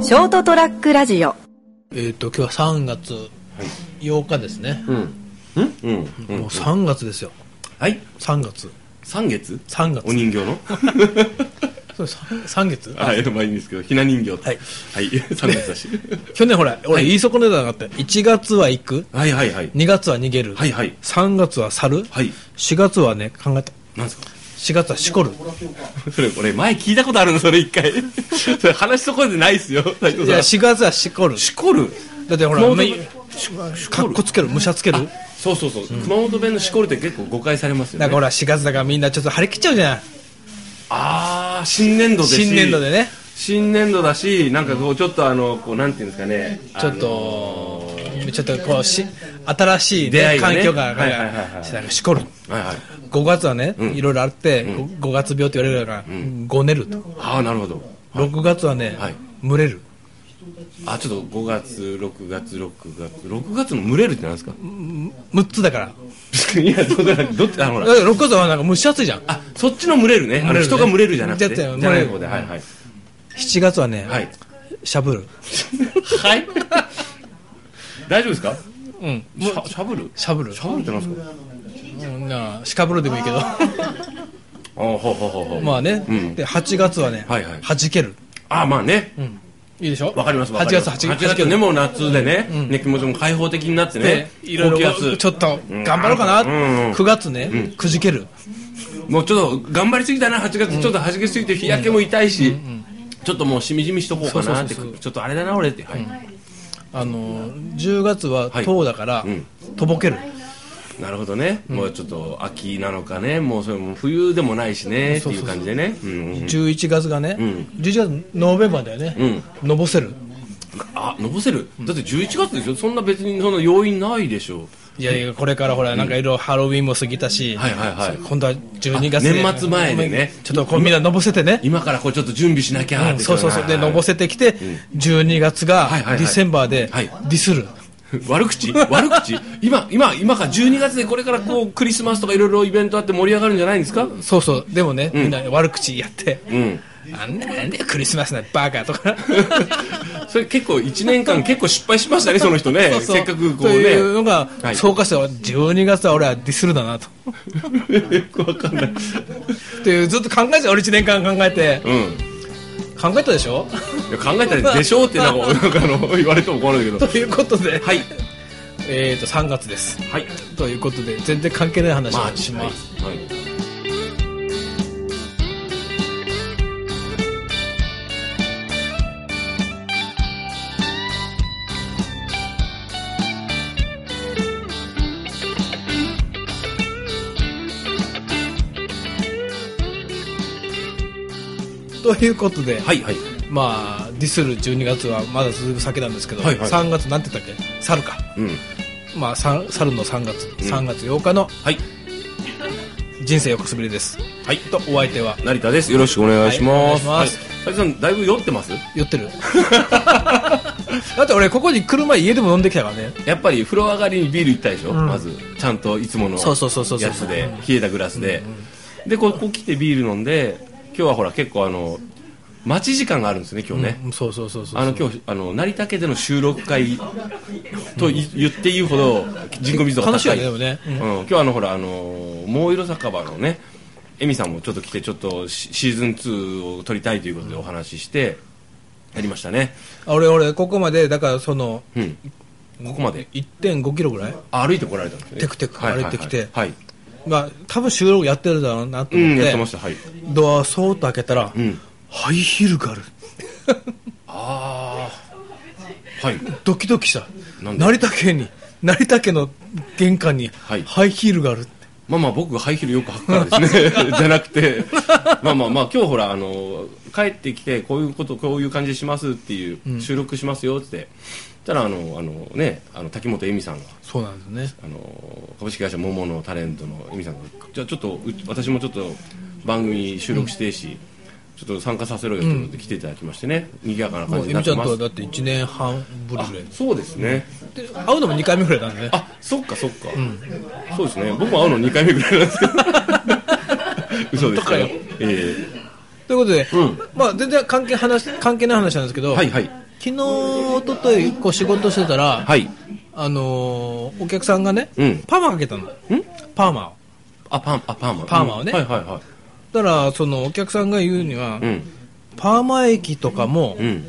ショートトラックラジオえっ、と、今日は3月8日ですね。うん。もう3月ですよ。はい。 3月。三月3月。お人形のそう3、三月はい、まあいいんですけど、ひな人形と。はいはい。 三月だし。去年ほら、俺言い損ねたのがあって、1月は行く、はいはいはい。 2月は逃げる、はいはい3月は去る、はい。 4月はね、考えた。なんですか4月はしこる。それ、俺前聞いたことあるの、それ一回。 それ話し損ねてないっすよ、斉い藤や、さ4ん。月はしこる。しこる。だってほら、熊本めししかこっるこ。つける、むしゃつける。そうそうそう。熊本弁のしこるって結構誤解されますよね。なんかほら、4月だからみんなちょっと張り切っちゃうじゃん。あー、新年度ですし新年度で。ね。新年度だし、なんかこう、ちょっとあの、こう、なんていうんですかね。ちょっと、ちょっとこうし、新しいね、出会いが環ね境が、はいはいはいはいなんかしこる。あの。はいはい。 5月はね、んいろいろあって、ご 5, 月病って言われるから、ごねると、あー、なるほど。 6月はね、はい群れる、あ、ちょっと5月、6月、6月、6月の群れるってなんですか6つだから、 いや、どうだろうどっち、あ、ほら。 6月はなんか蒸し暑いじゃん、あ、そっちの群れるね。あ群れるのね人が群れるじゃなくて。じじゃゃあじゃあない方で、はいはい。 7月はね、はい。しゃぶる、はい。 大丈夫ですかうん、しゃしゃぶるしゃぶるし、ゃぶるってなんですかうんなあしかぶるでもいい けど、あ、ほうほうほうほう。まあね、うんで8月はね、はいはい弾ける、あ、まあね。いいでしょ、わかります、 8わかりま月、す。 8 8弾け月るね、もう夏でね、ね、気持ちも開放的になってねで、いろい高ろ気圧ちょっと頑張ろうかな、うんうん9月ね、くじける、もうちょっと頑張りすぎたな、8月、ちょっとはじけすぎて日焼けも痛いし、ちょっともうしみじみしとこうかなって、そうそうそうちょっとあれだな、俺って。はいあのー10月ははい10だから、うんとぼける、なるほどね、もうちょっと秋なのかね、もうそれも冬でもないしねっていう感じでね、うんうん11月がね、ん11月、ノーベンバーだよね、のぼせる。あのぼせる、だって11月でしょ、そんな別にその要因ないでしょ、いやいや、これからほら、なんかいろいろハロウィンも過ぎたし、はいはいはい今度は12月であ年末前でねちょっとこうみんなのぼせてね、今からこうちょっと準備しなきゃっうんて、そうそうそう、で、のぼせてきて、12月がはいはいはデいィセンバーでデはいィスる、 悪口悪口今、今、今か、12月でこれからこうクリスマスとかいろいろイベントあって盛り上がるんじゃないんですか、そうそう、でもね、みんな悪口やって、うん、あんなんでクリスマスなんてバカと か。それ結構、1年間、結構失敗しましたね、 その人そね、うそうせっかくことうね。いうのが、はい総括しては12月は俺はディスるだなと。 よくわかんない。っていうずっと考えて、俺1年間考えて、うん考えたでし ょいや考えたらでしょうってなんかなんかあの言われても困るんだけとどいうことで、はいえーと、3月です。はいということで、全然関係ない話まをあししま。ますす、はいということで、はいはいまあ、ディスる12月はまだずいぶん先なんですけど、はいはい3月なんて言ったっけ猿か。うんまあ、さん猿の3月、3月8日のはい人生横滑りです。はいと、お相手は、成田ですよろしくお願いします、はいお願はいいし斉藤さんだいぶ酔ってます酔ってる。だって俺、ここに来る前家でも飲んできたからね。やっぱり風呂上がりにビール行ったでしょ、まずちゃんといつものそうそうそうそうそうやつで冷えたグラスで、でここ来てビール飲んで今日はほら結構あの待ち時間があるんですね今日ね、うんそうそうそうそう。あの今日あの成田家での収録会とい言っていいほど人口密度が高い楽しいよね、でもね。うんうん、今日あのほらあの桃色酒場のねエミさんもちょっと来てちょっとシシーズン2を撮りたいということでお話ししてやりましたね、俺、俺、ここまで、だからその、うん、ここまで1.5キロぐらいあ歩いてこられたんですねテクテクはいはいは歩いいてきてはい、まあ、多分収録やってるだろうなとう思っんて、やってましたはいドアそーっと開けたら、んハイヒールがある。ああはいドキドキした。なんで成田家に、成田家の玄関に、はいハイヒールがある。まあまあ僕ハイヒールよく履くからです ねじゃなくてまあまあまあ今日ほらあの帰ってきてこういうことこういう感じしますっていう、収録しますよってたらあのあのねあの滝本恵美さんがそうなんですよね。あの株式会社桃のタレントの恵美さんがじゃあちょっとう私もちょっと番組収録してえし、ちょっと参加させろよということで来ていただきましてね、賑やかなもう、感じエになミっちゃてんまとはすだって1年半ぶりぐらい。そうですねで会うのも2回目ぐらいなんでね。あそっかそっか、そうですね僕も会うの2回目ぐらいなんですけ ど嘘ですけど本当えということで、んまあ、全然関係話関係ない話なんですけど、えはいはい昨日、一昨日こう仕事してたら、はい。あのーお客さんがね、うんパーマかけたの。パーマを。あ、パン、あ、パーマ。パーマをねうんはいはいはだから、そのお客さんが言うには、い。うん。パーマ液とかもうん。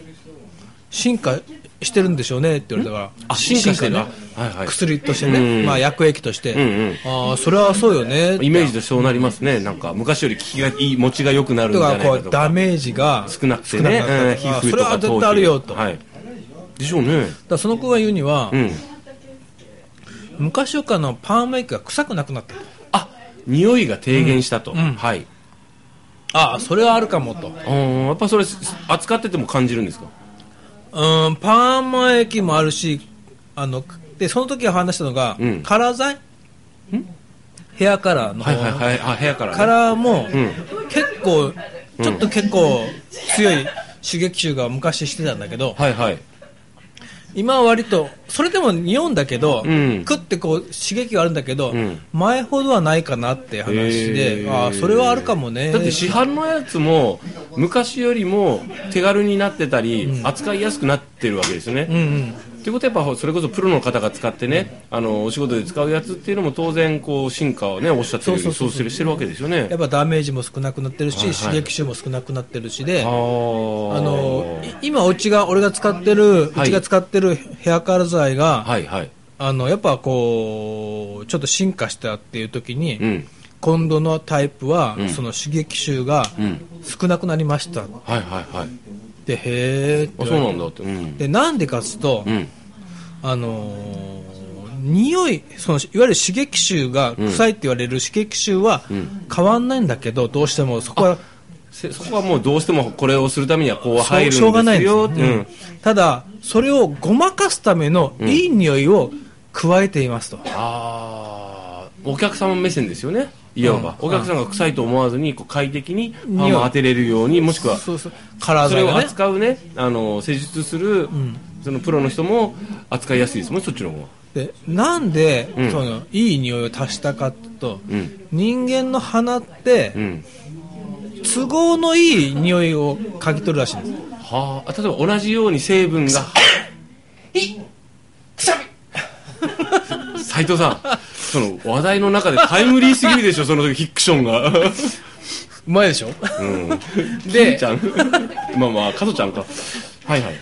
進化してるんでしょうねって言われたから、あ、進化してる。ねあはいはい。薬としてね、うんまあ薬液として、うんああ、それはそうよねって。イメージとそうなりますね。なんか、昔より効きがいい、持ちが良くなるんじとゃなかいこかとうダか。メージが少なくてね。少なうなんっ皮たあ膚そとれかは絶頭皮対あるよと、だかはい。でしょうね。らその子が言うには、うん。昔よりかのパーマ液が臭くなくなったあ、匂いが低減したと。んはい。ああそれはあるかもとうあーやっぱそれ、す扱ってても感じるんですかーんパーマ液もあるしあのでその時話したのが、うんカラー剤ヘアカラーの方、はいはいはい。あ、部屋からね。カラーも、ん結構ちょっと結構強い刺激臭が昔してたんだけど、はいはい。今は割とそれでも匂うんだけど、うんクッてこう刺激はあるんだけど、うん前ほどはないかなって話で、へーああそれはあるかもねだって市販のやつも昔よりも手軽になってたり、扱いやすくなってるわけですよね。うんうんってことはやっぱそれこそプロの方が使ってね、あのお仕事で使うやつっていうのも当然こう進化をねおっしゃってるようそうそそうにそううしてるしてるわけですよねや。っぱダメージも少なくなってるし、はいはい刺激臭も少なくなってるしであああのい今うちが俺が使ってる、はいうちが使ってるヘアカラー剤が、はいはい。あのやっぱこうちょっと進化したっていう時に、うん今度のタイプは、んその刺激臭がうん少なくなりました、はいはいはい。でへえってあ言そわうれなてんだって。うん。でなんでかっつうと、うん。あのー匂いそのいわゆる刺激臭が臭いって言われる刺激臭は変わんないんだけど、どうしてもそこはせそこはもうどうしてもこれをするためにはこうしょ入るんですしょうがないんですよよ、って。うん。ただそれをごまかすためのいい匂いを加えていますと、ああお客様目線ですよねいわば、お客さんが臭いと思わずにこう快適にパ匂いーマ当てれるようにもしくはそそうそうカラーれ剤をがね扱うねあの施術する、そのプロの人も扱いやすいですもんそっちの方がでなんで、んそのいい匂いを足したかっていうと、ん人間の鼻って、うん都合のいい匂いを嗅ぎ取るらしいんですはあ例えば同じように成分が斉藤さんその話題の中でタイムリーすぎるでしょその時フィクションが うまいでしょうんで金ち ゃんまあまあ加トちゃんかはいはい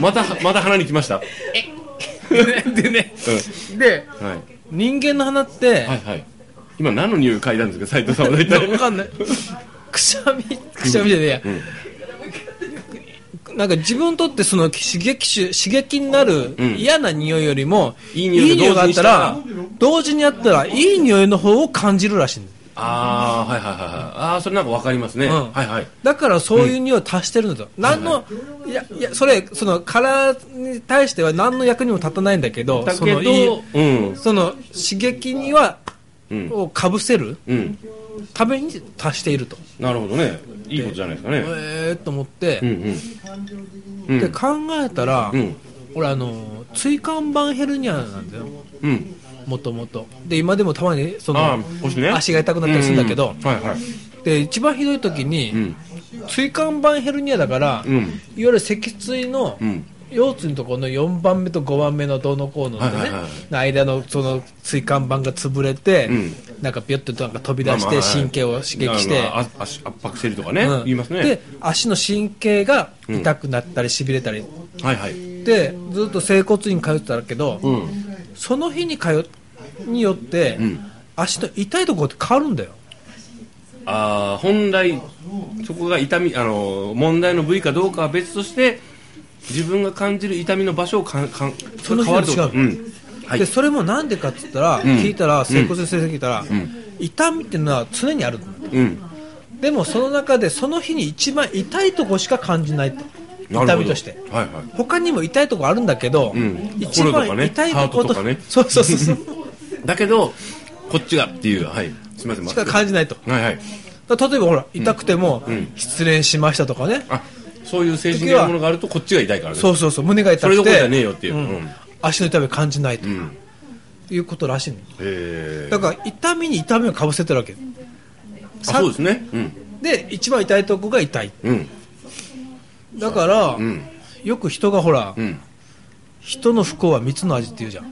またまた鼻に来ました、 でね、でうん、はい人間の鼻って、はいはい。今何の匂い嗅いだんですか、斉藤さんは大 体。わかんないくしゃみくしゃみじゃねえや、なんか自分にとってその刺激種刺激になるん嫌な匂いよりも、いい匂いとがあったら同時にあったらいい匂いの方を感じるらしいんだああ、はいはいはいはい。ああ、それなんかわかりますね。うんはいはい。だからそういう匂いを足してるんだと、何の、いやいやそれそのカラーに対しては何の役にも立たないんだけどだそけのど、いいうん。その刺激には、うんをかぶせるうん。ために足しているとなるほどね。いいことじゃないですかね。えー、と思って、うんうん。で考えたら、うん。俺あの椎間板ヘルニアなんだようん。うん。もともとで今でもたまにそああの、腰ね。足が痛くなったりするんだけどううはいはい。で一番ひどい時に、うん。椎間板ヘルニアだから、うんいわゆる脊椎の、うん。腰椎のところの4番目と5番目のどうのこうのってね、はいはいはい間のその椎間板が潰れて、うんなんかビュッとなんか飛び出まあしまあてはい神経を刺激して、ああ足圧迫してるとかねう。ん言いますね。で足の神経が痛くなったりしびれたり、はいはい。でずっと整骨院通ってたけど、うん。その日に通によって、ん足の痛いところって変わるんだよああ、本来、そこが痛み、あの、問題の部位かどうかは別として、自分が感じる痛みの場所をかん、かん、その日変はわ違うるってことうん。はいで。それもなんでかって言ったら、聞いたら整骨院先生に聞いたら、痛みっていうのは常にあるんだうん。でもその中でその日に一番痛いとこしか感じないとなるほ痛どみとしてはいはい。他にも痛いとこあるんだけど、ん一心とか番ね痛いとこハートとかねそうそうそうそうだけど、こっちがっていう、はい。すみません、しか感じない とはいはい。だから例えばほら痛くても、失恋しましたとかねあ、そういう精神的なものがあると、こっちが痛いからね。そうそうそう胸が痛それくどこてろじゃねえよっていう。うん。へ足の痛みを感じないと、いうことらしいのえ。だから痛みに痛みをかぶせてるわけあそうですね。うん。で一番痛いとこが痛いうん。だから、んよく人がほら、うん。人の不幸は蜜の味って言うじゃんっ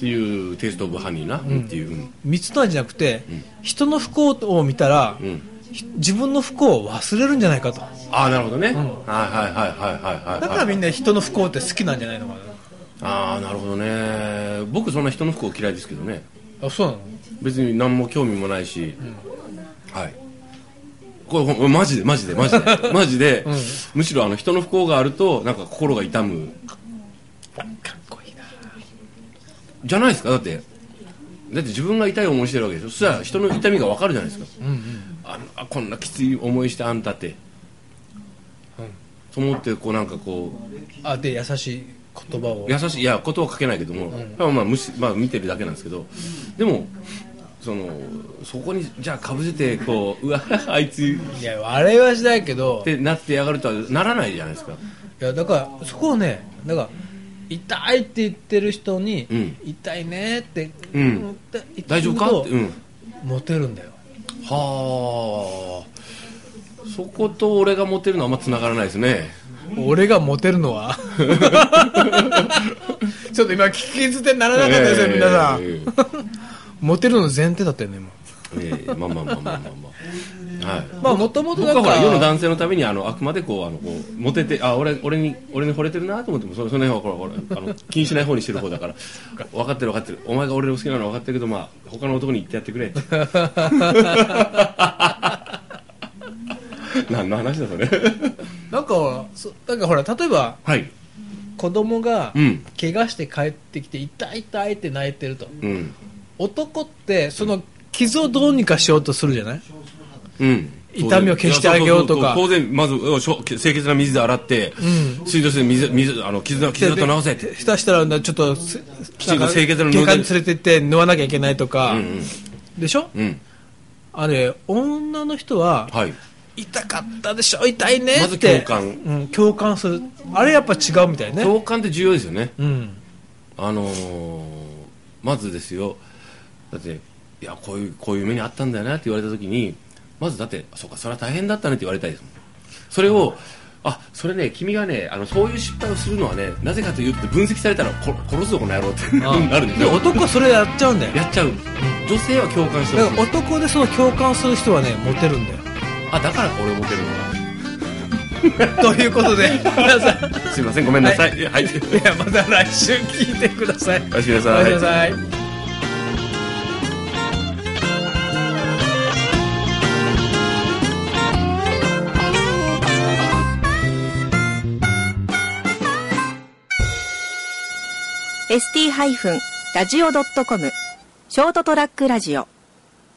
ていうテイストオブハニーな、っていう、うん蜜の味じゃなくて、人の不幸を見たら、んひ自分の不幸を忘れるんじゃないかとああなるほどね、はいはいはいはいはいはいだからみんな人の不幸って好きなんじゃないのかああなるほどね僕そんな人の不幸嫌いですけどねなあそうなの別に何も興味もないし、はいこれほんマジでマジでマジでマジで、むしろあの人の不幸があるとなんか心が痛むかっこいいなじゃないですかだってだって自分が痛い思いしてるわけでしょそしたら人の痛みがわかるじゃないですか、あのあこんなきつい思いしてあんたって、と思ってこうなんかこうあで優しい言葉を優しいいや言葉はかけないけども、まあまあ無視まあ見てるだけなんですけどでもそのそこにじゃあかぶせてこううわあいついや笑いはしないけどってなってやがるとはならないじゃないですかいやだからそこをねだから痛いって言ってる人に、うん痛いねって、うん痛いって大丈夫か言うっとてうんモテるんだよはあそこと俺がモテるのはあんまつながらないですね俺がモテるのは ちょっと今聞き捨てならなかったですよ、ええ皆さん、えモテるの前提だったよね今えええまあまあまあまあまあまあはいまあもともとだ僕はかほら世らの男性のためにあのあくまでこうあのこうモテてあ俺俺に俺に惚れてるなと思ってもそその辺はほ らほらあの気にしない方にしてる方だから分かってる分かってるお前が俺の好きなのは分かってるけどまあ他の男に言ってやっ てくれって何の話だそれなんかほらそなんかほら例えばはい子供がうん怪我して帰ってきて痛い痛いって泣いてるとうん男ってその傷をどうにかしようとするじゃないうん痛みを消してあげようとかいやそうそうそう当然まずうんしょ清潔な水で洗って、水道水で水水あの傷傷と直せって下したらちょっとすきちんと清潔ななんか飲外科んにで連れてって縫わなきゃいけないとか、うんでしょうんうんあれ女の人は、はい痛かったでしょ痛いねってまず共感うん、共感するあれやっぱ違うみたいね共感って重要ですよねうんあのーまずですよだっていやこういうこういう目にあったんだよなって言われた時にまずだってそうかそれは大変だったねって言われたいですもんそれを、あそれね君がねあのそういう失敗をするのはねなぜかというと分析されたらこ殺すぞこの野郎ってなるんでで男はそれやっちゃうんだよやっちゃう女性は共感してだほしからい男でその共感する人はねモテるんだよあだから俺モテるのということで皆さんかすいませんごめんなさいはい、はい、ではまた来週聞いてください おやすみなおやさすいみなさい、 ST-radio.com ショートトラックラジオ